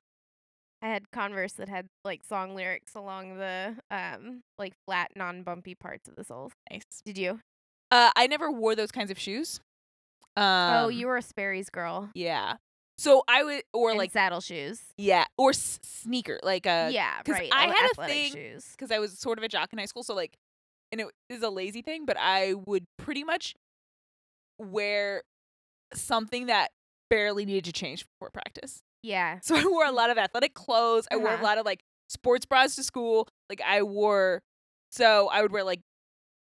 I had Converse that had like song lyrics along the um like flat, non bumpy parts of the soles.
Nice.
Did you?
Uh I never wore those kinds of shoes. Um,
oh, you were a Sperry's girl.
Yeah. So I would or
And
like
saddle shoes.
yeah, or s- sneaker like uh
yeah,
'cause
right.
I
all
had a
athletic
thing-
Shoes.
because I was sort of a jock in high school. So like, and it is a lazy thing, but I would pretty much wear something that barely needed to change before practice.
Yeah.
So I wore a lot of athletic clothes. I wore a
Uh-huh.
lot of like sports bras to school. Like I wore, so I would wear like,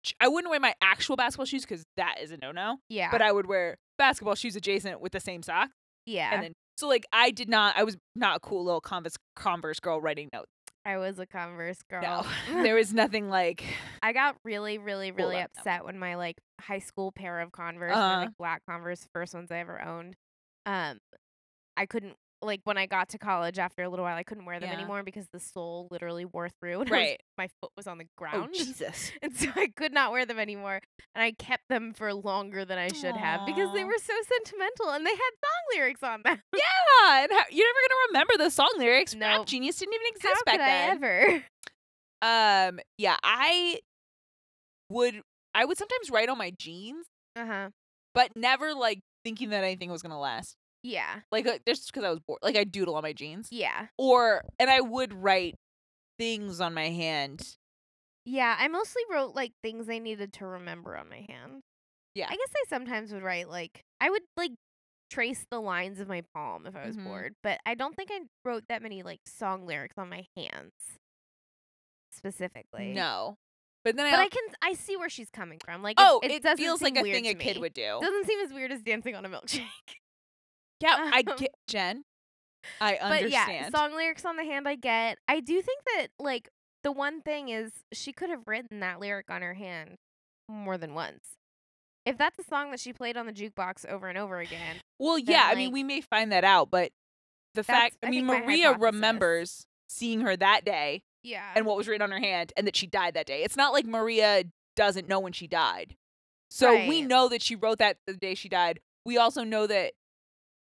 ch- I wouldn't wear my actual basketball shoes because that is a no no.
Yeah.
But I would wear basketball shoes adjacent with the same sock,
yeah.
and then so like I did not. I was not a cool little Converse Converse girl writing notes.
I was a Converse
No,
girl. Mm.
there was nothing like
I got really, really,
Cool
really
up, though.
upset when my like high school pair of Converse, my,
Uh-huh.
like black Converse, first ones I ever owned. Um, I couldn't like when I got to college after a little while, I couldn't wear them
Yeah.
anymore because the sole literally wore through, and I was-
right. Oh,
my foot was on the ground,
Jesus.
and so I could not wear them anymore. And I kept them for longer than I should have because they
Aw.
were so sentimental and they had song lyrics on them.
Yeah, Ah, and how, you're never gonna remember the song lyrics. Rap
Nope.
Genius didn't even exist
How
back
could I
then.
ever?
um, yeah, I would I would sometimes write on my jeans,
Uh
Uh-huh.
huh.
but never like thinking that anything was gonna last.
Yeah.
Like uh, just because I was bored, like I doodle on my jeans,
Yeah.
or and I would write things on my hand.
Yeah, I mostly wrote like things I needed to remember on my hand.
Yeah.
I guess I sometimes would write like I would like trace the lines of my palm if I was
Mhm.
bored, but I don't think I wrote that many like song lyrics on my hands specifically.
No, but then
But
I,
I can I see where she's coming from. Like
oh,
it,
it,
it, doesn't
feels like
seem
a
weird
thing
to
a kid
me.
would do.
Doesn't seem as weird as dancing on a milkshake.
yeah, I
um,
get Jen. I
but
understand.
yeah, song lyrics on the hand I get. I do think that like the one thing is she could have written that lyric on her hand more than once. If that's a song that she played on the jukebox over and over again,
Well,
then,
yeah, I mean,
like-
we may find that out, but the
That's-
fact, I
I
mean,
think my
Maria
hypothesis.
remembers seeing her that day
yeah,
and what was written on her hand and that she died that day. It's not like Maria doesn't know when she died. So we
Right.
know that she wrote that the day she died. We also know that,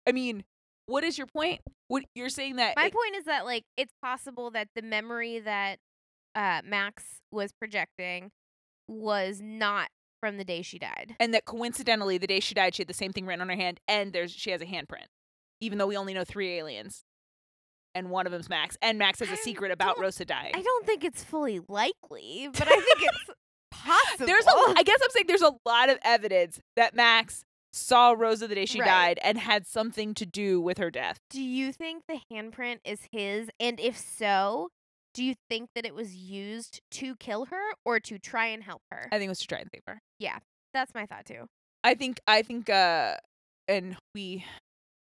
I mean, what is your point? What you're saying that
My
it-
point is that like it's possible that the memory that uh, Max was projecting was not from the day she died.
and that coincidentally the day she died she had the same thing written on her hand and there's she has a handprint even though we only know three aliens and one of them's max and max has
I
a secret about
don't-
rosa dying
I don't think it's fully likely, but I think it's possible.
there's a lo- i guess i'm saying there's a lot of evidence that max saw rosa the day she
Right.
died and had something to do with her death
Do you think the handprint is his? And if so, do you think that it was used to kill her or to try and help her?
i think it was to try and save her
That's my thought too.
i think i think uh and we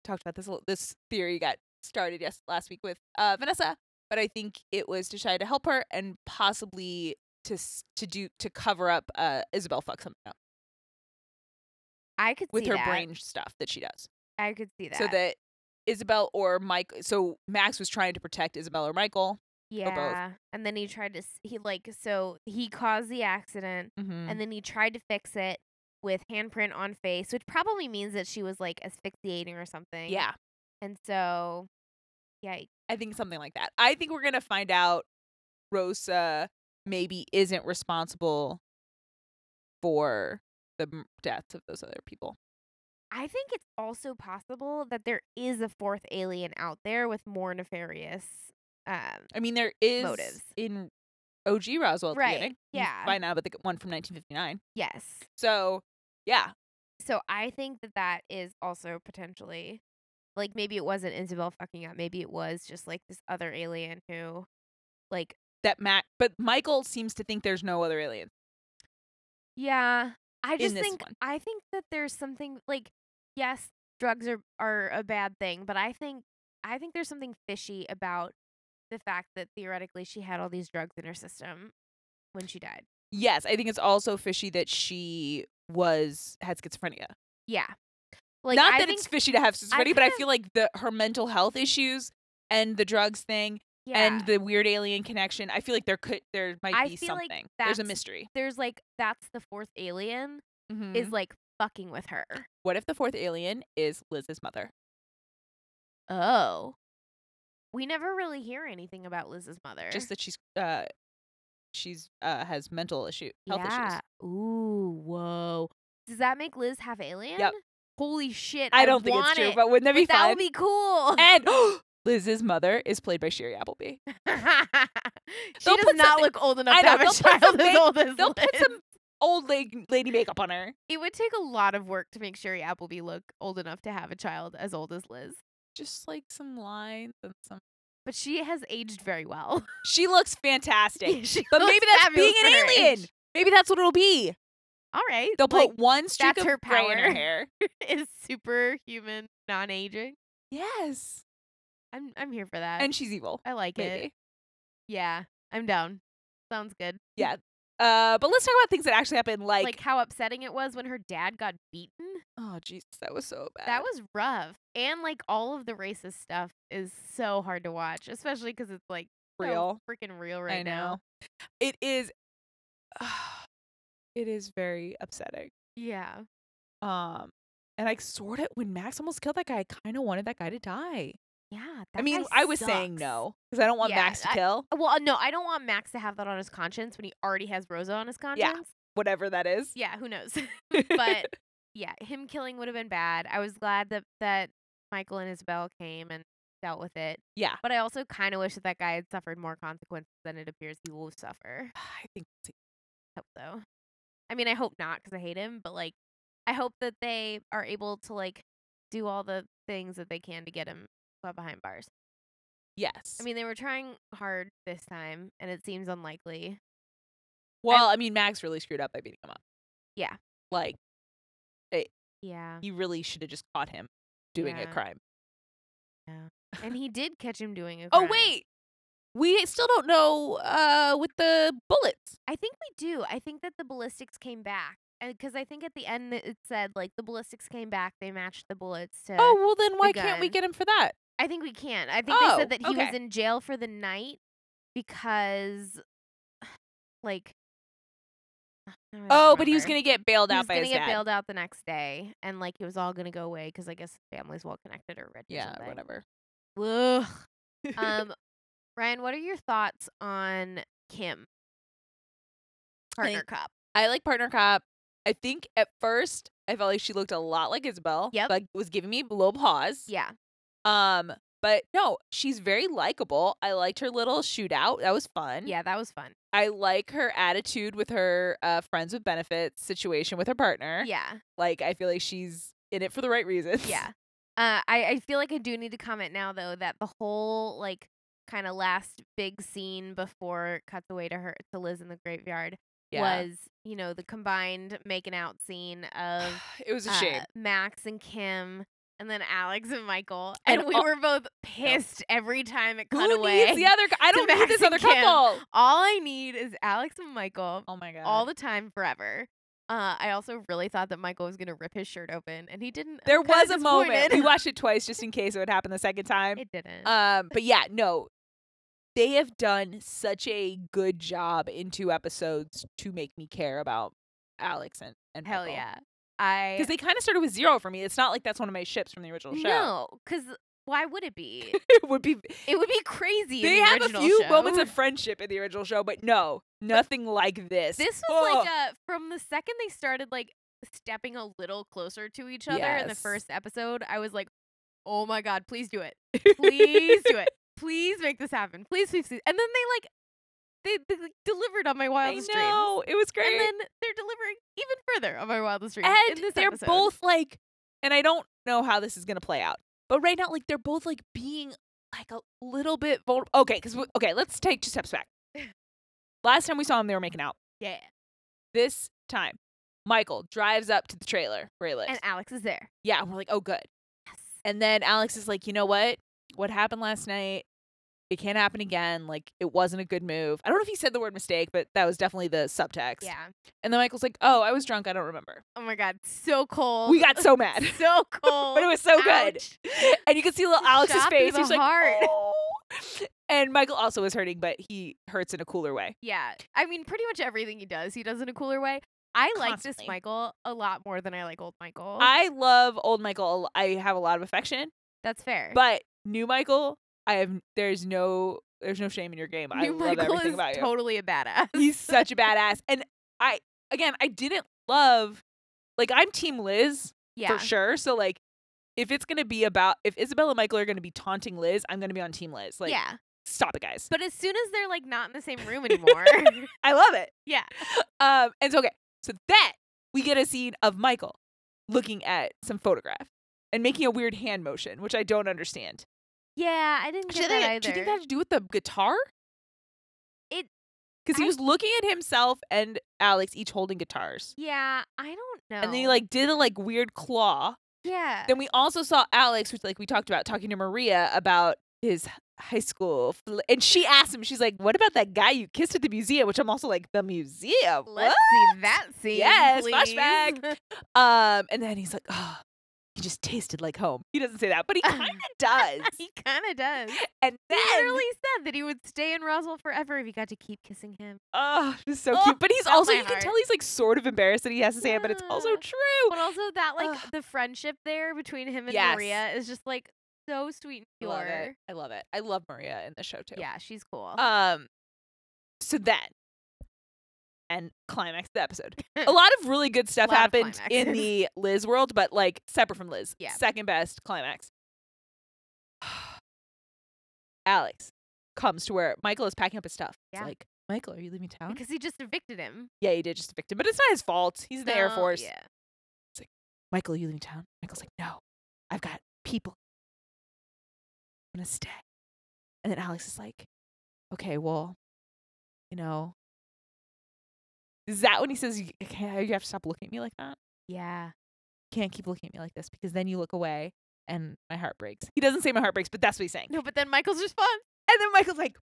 talked about this a little- this theory got started yes last week with uh vanessa but i think it was to try to help her and possibly to s- to do to cover up uh isabel fuck something up
I could
with
see
her
that.
brain stuff that she does
I could see that.
so that isabel or mike so max was trying to protect isabel or michael both.
yeah. And then he tried to s- he like so he caused the accident.
mm-hmm.
and then he tried to fix it with handprint on face, which probably means that she was like asphyxiating or something.
yeah
And so, yeah,
I think something like that. I think we're gonna find out Rosa maybe isn't responsible for the m- deaths of those other people.
I think it's also possible that there is a fourth alien out there with more nefarious. Um,
I mean, there is
Motives.
in OG Roswell. At the
Right,
beginning. You
yeah.
Find out about the g- one from 1959.
yes.
So yeah,
So I think that that is also potentially, like, maybe it wasn't Isabel fucking up. Maybe it was just like this other alien who, like,
that Matt. But Michael seems to think there's no other alien.
Yeah. I just
this
think
one.
I think that there's something like yes, drugs are are a bad thing, but I think I think there's something fishy about the fact that theoretically she had all these drugs in her system when she died.
Yes, I think it's also fishy that she was had schizophrenia.
Yeah. Like
Not
I
that
think,
it's fishy to have schizophrenia, but I
kinda-
feel like the her mental health issues and the drugs thing
yeah,
and the weird alien connection. I feel like there could there might
I
be
feel like
something. There's a
that's-
mystery.
there's like that's the fourth alien
Is
is like fucking with her.
what if the fourth alien is Liz's mother?
Oh. We never really hear anything about Liz's mother.
Just that she's uh she's uh has mental issue health
yeah.
issues.
Ooh, whoa. Does that make Liz half alien? Holy shit.
I don't think it's
want
true,
it.
but wouldn't that be
Like, that
fun?
would be cool.
and Liz's mother is played by Sherry Appleby.
she
They'll
does
put
not
something-
look old enough
I
to
know,
have a
they'll put
child
something-
as old as
They'll put
Liz.
some old lady, lady makeup on her.
It would take a lot of work to make Sherry Appleby look old enough to have a child as old as Liz.
Just like some lines and some.
But she has aged very well.
She looks fantastic.
She
but
looks
maybe that's
fabulous
being an
for her
alien.
age.
Maybe that's what it'll be.
All right.
They'll
like,
put one streak
that's
of
her
gray in her
power.
hair.
is superhuman, non aging.
Yes.
I'm I'm here for that.
And she's evil.
I like
Maybe.
it. Yeah. I'm down. Sounds good.
Uh, but let's talk about things that actually happened. Like,
like how upsetting it was when her dad got beaten.
oh Jesus, that was so bad.
That was rough. And like all of the racist stuff is so hard to watch, especially because it's like so
real.
freaking real right
I know.
now.
It is. it is very upsetting.
Yeah,
Um, and I sort of when Max almost killed that guy, I kind of wanted that guy to die.
yeah.
I
that
mean,
guy
I was saying
sucks.
no because I don't want
Yeah,
Max to
I-
kill
Well, uh, no, I don't want Max to have that on his conscience when he already has Rosa on his conscience.
whatever that is.
Yeah, who knows? but yeah, him killing would have been bad. I was glad that that Michael and Isabel came and dealt with it.
Yeah.
But I also kind of wish that that guy had suffered more consequences than it appears he will suffer.
I think it's-
hope so. I mean, I hope not because I hate him, but like, I hope that they are able to like do all the things that they can to get him put behind bars.
yes.
I mean, they were trying hard this time, and it seems unlikely.
well, I mean, Max really screwed up by beating him up.
Yeah.
Like
Yeah,
he really should have just caught him doing a
Yeah.
crime.
and he did catch him doing a.
Oh
crime.
wait, we still don't know. Uh, with the bullets.
I think we do. I think that the ballistics came back because I think at the end it it said like the ballistics came back, they matched the bullets. To,
Oh, well, then why can't we
gun.
get him for that?
I think we can. I think they
Oh,
said that he was
okay.
in jail for the night because, like, now I don't
Oh, but he was
remember.
going to get bailed
he
out
was
by
gonna
his
get
dad.
bailed out the next day, and like it was all gonna go away because I guess his family's well connected or rich.
Yeah,
or something.
whatever.
Ugh. um, Ryan, what are your thoughts on Kim? Partner
think-
cop.
I like partner cop. I think at first I felt like she looked a lot like Isabel.
Yep.
Like was giving me low pause.
Yeah.
Um, but no, she's very likable. I liked her little shootout. That was fun.
Yeah, that was fun.
I like her attitude with her uh, friends with benefits situation with her partner.
Yeah.
Like I feel like she's in it for the right reasons.
Yeah. Uh, I, I feel like I do need to comment now though that the whole like kind of last big scene before it cuts away to her to Liz in the graveyard
Yeah.
was you know the combined making out scene of
it was a
uh,
shame.
Max and Kim and then Alex and Michael and,
And
we
all-
were both pissed every time it cut
Who
away.
needs the other? gu- I
to
don't need
Max
this
and
other
Kim.
couple.
All I need is Alex and Michael
Oh my god.
all the time forever. Uh, I also really thought that Michael was gonna rip his shirt open, and he didn't. I'm
there
kinda
was a moment.
disappointed.
We watched it twice just in case it would happen the second time.
it didn't.
Um, but yeah, no, they have done such a good job in two episodes to make me care about Alex and and
Hell yeah. I
because they kind of started with zero for me. It's not like that's one of my ships from the original show.
no, because why would it be?
it would be.
it would be crazy. in
They
the
have a
original
few
show.
moments of friendship in the original show, but no, nothing like this.
this was
oh,
like a, from the second they started like stepping a little closer to each other in the
Yes.
first episode. I was like, oh my god, please do it, please do it, please make this happen, please, please, please. And then they like they, they like, delivered on my
I
wildest dreams.
know it was great.
And then they're delivering even further on my wildest dreams. in
and
this
they're
episode.
both like and i don't know how this is going to play out but right now like they're both like being like a little bit vulnerable okay because okay let's take two steps back last time we saw them they were making out
yeah.
this time michael drives up to the trailer where he lives
And Alex is there.
yeah and we're like oh good
Yes.
and then alex is like you know what what happened last night it can't happen again like it wasn't a good move i don't know if he said the word mistake but that was definitely the subtext
Yeah.
and then michael's like oh i was drunk i don't remember
Oh my god, so cold.
we got so mad
so cold.
but it was so good
Oh, Ouch.
and you can see little Alex's
Shot through
face.
the
He's like,
heart.
"Oh." and Michael also is hurting, but he hurts in a cooler way.
Yeah. I mean, pretty much everything he does, he does in a cooler way. I like this
Constantly.
Michael a lot more than I like old Michael.
I love old Michael. I have a lot of affection,
That's fair.
but new Michael, I have. There's no. There's no shame in your game. I
New
love
Michael
everything
is
about you.
totally a badass.
He's such a badass, and I again, I didn't love. Like I'm Team Liz
Yeah.
for sure. So like, if it's gonna be about if Isabella and Michael are gonna be taunting Liz, I'm gonna be on Team Liz. Like,
yeah.
stop it, guys.
But as soon as they're like not in the same room anymore.
I love it.
yeah.
Um, and so okay, so that we get a scene of Michael looking at some photograph and making a weird hand motion, which I don't understand.
Yeah, I didn't
Do you
get
think-
that
do you
either.
think that had to do with the guitar?
It-
because he
I-
was looking at himself and Alex each holding guitars,
yeah, I don't know.
and then he like did a like weird claw.
Yeah.
Then we also saw Alex, which like we talked about talking to Maria about his h- high school, fl- and she asked him, she's like, "What about that guy you kissed at the museum?" Which I'm also like, "The museum?
Let's
What?"
see that scene.
Yes,
please.
flashback. Um, and then he's like, oh, he just tasted like home. He doesn't say that, but he kind of does.
he kind of does.
And
He
then,
literally said that he would stay in Roswell forever if he got to keep kissing him.
oh, it was so
Oh,
cute. But he's
felt
also,
my
you can
heart.
tell he's like sort of embarrassed that he has to say it, but it's also
Yeah.
true.
But also that like
Ugh.
the friendship there between him and
Yes.
Maria is just like so sweet and pure.
I love it. I love it. I love Maria in the show too.
Yeah, she's cool.
Um, so then, and climax of the episode. A lot of really good stuff
Lot of
happened in
climaxes.
the Liz world, but like separate from Liz.
Yeah.
Second best climax. Alex comes to where Michael is packing up his stuff. It's
Yeah.
like, Michael, are you leaving town?
because he just evicted him.
yeah, he did just evict him, but it's not his fault. He's in the Air
No,
Force.
Yeah.
Michael, are you leaving town? Michael's like, no, I've got people. I'm going to stay. And then Alex is like, okay, well, you know, is that when he says, you, okay, you have to stop looking at me like that?
Yeah.
can't keep looking at me like this because then you look away and my heart breaks. He doesn't say my heart breaks, but that's what he's saying.
No, but then Michael's response.
And then Michael's like,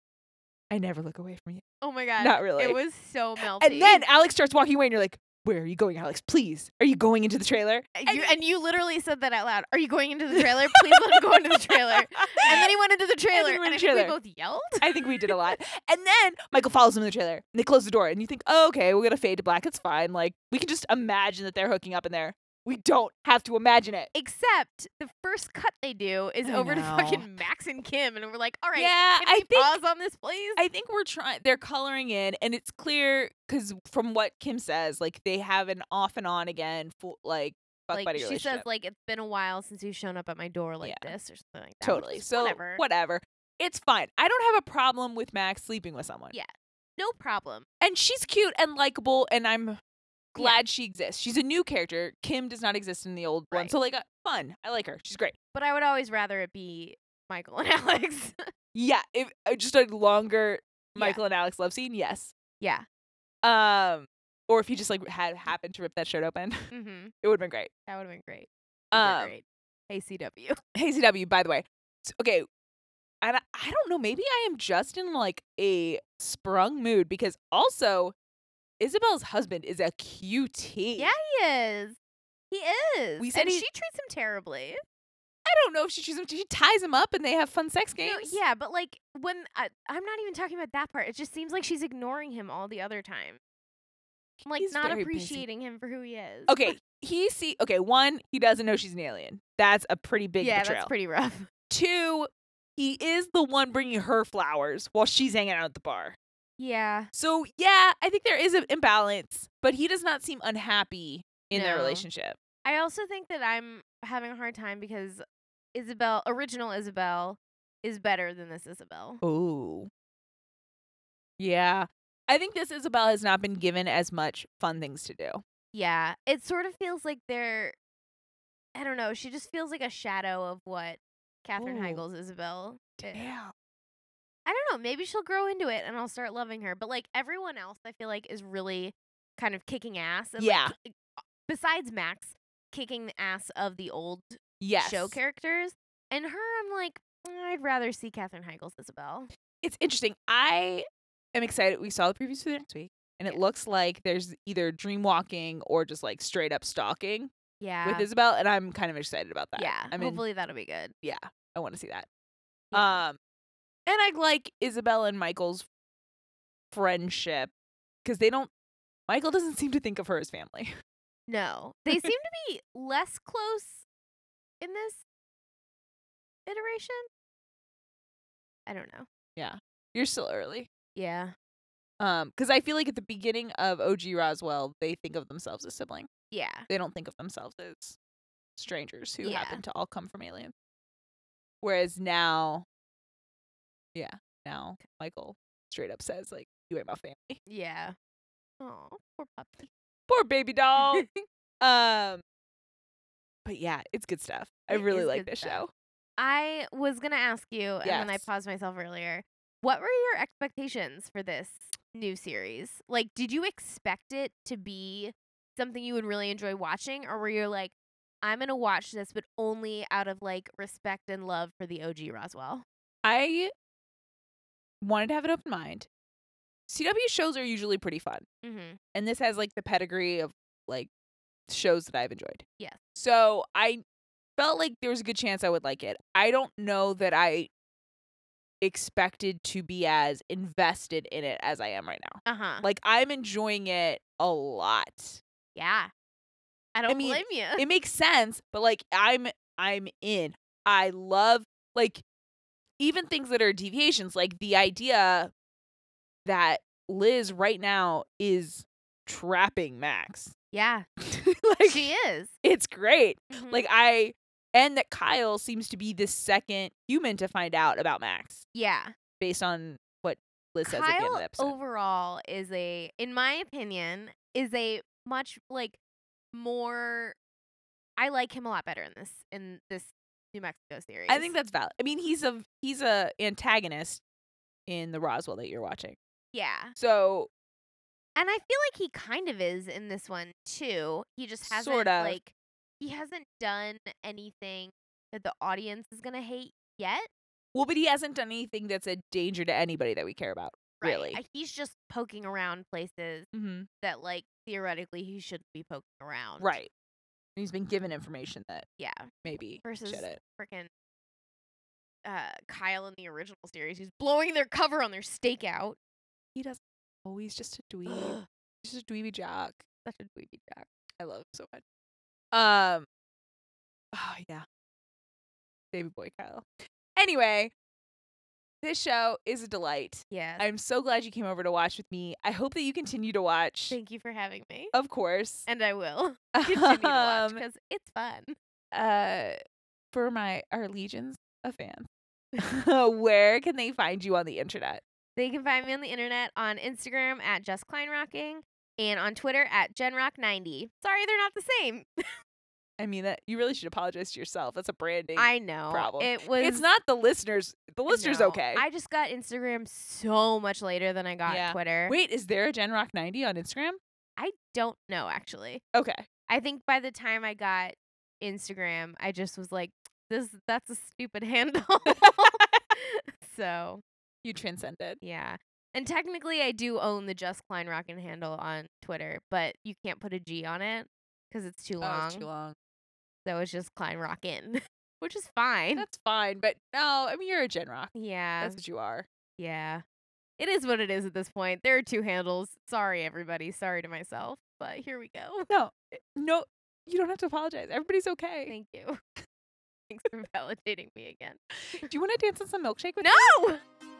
I never look away from you.
Oh my god.
Not really.
It was so melty.
And then Alex starts walking away and you're like, Where are you going, Alex? Please. Are you going into the trailer?
And you, and you literally said that out loud. Are you going into the trailer? Please let him go into the trailer. And then he went into the trailer.
went
and
into
I think
trailer.
we both yelled.
I think we did a lot. And then Michael follows him in the trailer and they close the door and you think, oh, okay, we're gonna fade to black. It's fine. Like we can just imagine that they're hooking up in there. We don't have to imagine it.
Except the first cut they do is
I
over to
know.
fucking Max and Kim, and we're like, all right,
Yeah,
can
I
we
think
pause on this, please?
I think we're trying. They're coloring in, and it's clear because from what Kim says, like they have an off and on again, full, like fuck
like
buddy
she
relationship.
says, like it's been a while since you've shown up at my door like this or something like that. which
totally.
is
So
whatever.
It's fine. I don't have a problem with Max sleeping with someone.
Yeah. No problem.
and she's cute and likable, and I'm glad she exists. She's a new character. Kim does not exist in the old one,
Right.
so like uh, fun. I like her. She's great.
But I would always rather it be Michael and Alex.
Yeah, if uh, just a longer
Yeah.
Michael and Alex love scene, yes.
yeah.
Um, or if he just like
Mm.
had happened to rip that shirt open,
Mm-hmm.
it would have been great.
That would have been great.
Um,
great. Hey CW.
Hey CW, by the way. s- Okay. And I, I don't know, maybe I am just in like a sprung mood because also Isabel's husband is a cutie.
Yeah, he is. He is.
We said
and
he-
she treats him terribly.
I don't know if she chooses him. She ties him up and they have fun sex
No,
games.
yeah, but like when I, I'm not even talking about that part. It just seems like she's ignoring him all the other time. I'm like
He's
not
very busy.
appreciating him for who he is.
Okay. He see okay, one, he doesn't know she's an alien. That's a pretty big
yeah,
betrayal.
that's pretty rough.
Two, he is the one bringing her flowers while she's hanging out at the bar.
Yeah.
So, yeah, I think there is an imbalance, but he does not seem unhappy in their
No.
relationship.
I also think that I'm having a hard time because Isabel, original Isabel, is better than this Isabel.
Oh. Yeah. I think this Isabel has not been given as much fun things to do.
Yeah, it sort of feels like they're. I don't know. She just feels like a shadow of what Katherine
Ooh.
Heigl's Isabel. is. I don't know. Maybe she'll grow into it and I'll start loving her. But like everyone else, I feel like is really kind of kicking ass. And like,
Yeah.
k- besides Max, kicking the ass of the old
Yes.
show characters, and her, I'm like, "Mm, I'd rather see Katherine Heigl's Isabel.
It's interesting. I am excited. We saw the previews for the next week, and it looks like there's either dream walking or just like straight up stalking
Yeah.
with Isabel, and I'm kind of excited about that.
yeah.
I mean,
hopefully that'll be good.
yeah, I want to see that.
Yeah.
Um, and I like Isabel and Michael's friendship because they don't. Michael doesn't seem to think of her as family.
No, they seem to be less close in this iteration. I don't know.
You're still early.
Yeah.
Um, because I feel like at the beginning of OG Roswell, they think of themselves as sibling.
Yeah.
They don't think of themselves as strangers who
Yeah.
happen to all come from aliens. Whereas now, yeah, now Michael straight up says like, "You ain't my family."
Yeah. Oh, poor puppy.
Poor baby doll. um, but yeah, it's good stuff. I
It
really
is
like
good
this
stuff.
show.
I was gonna ask you, and then I
Yes.
paused myself earlier. What were your expectations for this new series? Like, did you expect it to be something you would really enjoy watching, or were you like, I'm gonna watch this, but only out of like respect and love for the OG Roswell?
I wanted to have an open mind. CW shows are usually pretty fun.
Mm-hmm.
and this has like the pedigree of like shows that I've enjoyed.
Yes.
So I felt like there was a good chance I would like it. I don't know that I expected to be as invested in it as I am right now.
Uh huh.
Like I'm enjoying it a lot.
Yeah. I don't
mean,
blame you.
It makes sense, but like I'm I'm in. I love like even things that are deviations, like the idea that Liz right now is trapping Max.
yeah,
like
she is.
it's great.
Mhm.
Like I and that Kyle seems to be the second human to find out about Max
yeah.
based on what Liz says at the end of
Kyle
the episode.
overall is a, in my opinion, is a much like more. I like him a lot better in this in this New Mexico series.
I think that's valid. I mean, he's a he's a antagonist in the Roswell that you're watching.
yeah,
So
and I feel like he kind of is in this one too. He just hasn't
Sort of.
like he hasn't done anything that the audience is gonna hate yet.
well, but he hasn't done anything that's a danger to anybody that we care about.
Right?
Really.
Uh, he's just poking around places
Mm-hmm.
that like theoretically he shouldn't be poking around.
Right. He's been given information that
Yeah.
maybe
Versus-
shit it.
Freaking uh, Kyle in the original series who's blowing their cover on their stakeout.
He doesn't. Oh, he's just a dweeb.
Such
he's just a dweeby jock.
a dweeby jack.
I love him so much. Um. Oh yeah. Baby boy Kyle. Anyway, this show is a delight.
Yeah.
I'm so glad you came over to watch with me. I hope that you continue to watch.
Thank you for having me.
of course.
And I will continue to watch
Um,
because it's fun.
uh, for my our legions of fans, where can they find you on the internet?
They can find me on the internet on Instagram at Just Klein Rocking and on Twitter at GenRock90. Sorry, they're not the same.
I mean that you really should apologize to yourself. That's a branding.
I know.
problem.
It was.
it's not the listeners. The listeners
no.
okay.
I just got Instagram so much later than I got
Yeah.
Twitter.
Wait, is there a Gen Rock 90 on Instagram?
I don't know actually.
Okay.
I think by the time I got Instagram, I just was like, "This that's a stupid handle." so
You transcended.
yeah, and technically I do own the Just Klein Rockin' handle on Twitter, but you can't put a G on it because it's too long.
Oh, it's too long.
So it's just Klein Rockin', which is fine.
That's fine, but no, I mean you're a Gen Rock.
yeah,
That's what you are.
yeah. It is what it is at this point. There are two handles. Sorry, everybody. Sorry to myself, but here we go.
No, eh, no, you don't have to apologize. Everybody's okay.
Thank you. Thanks for validating me again.
Do you want to dance on some milkshake with
No!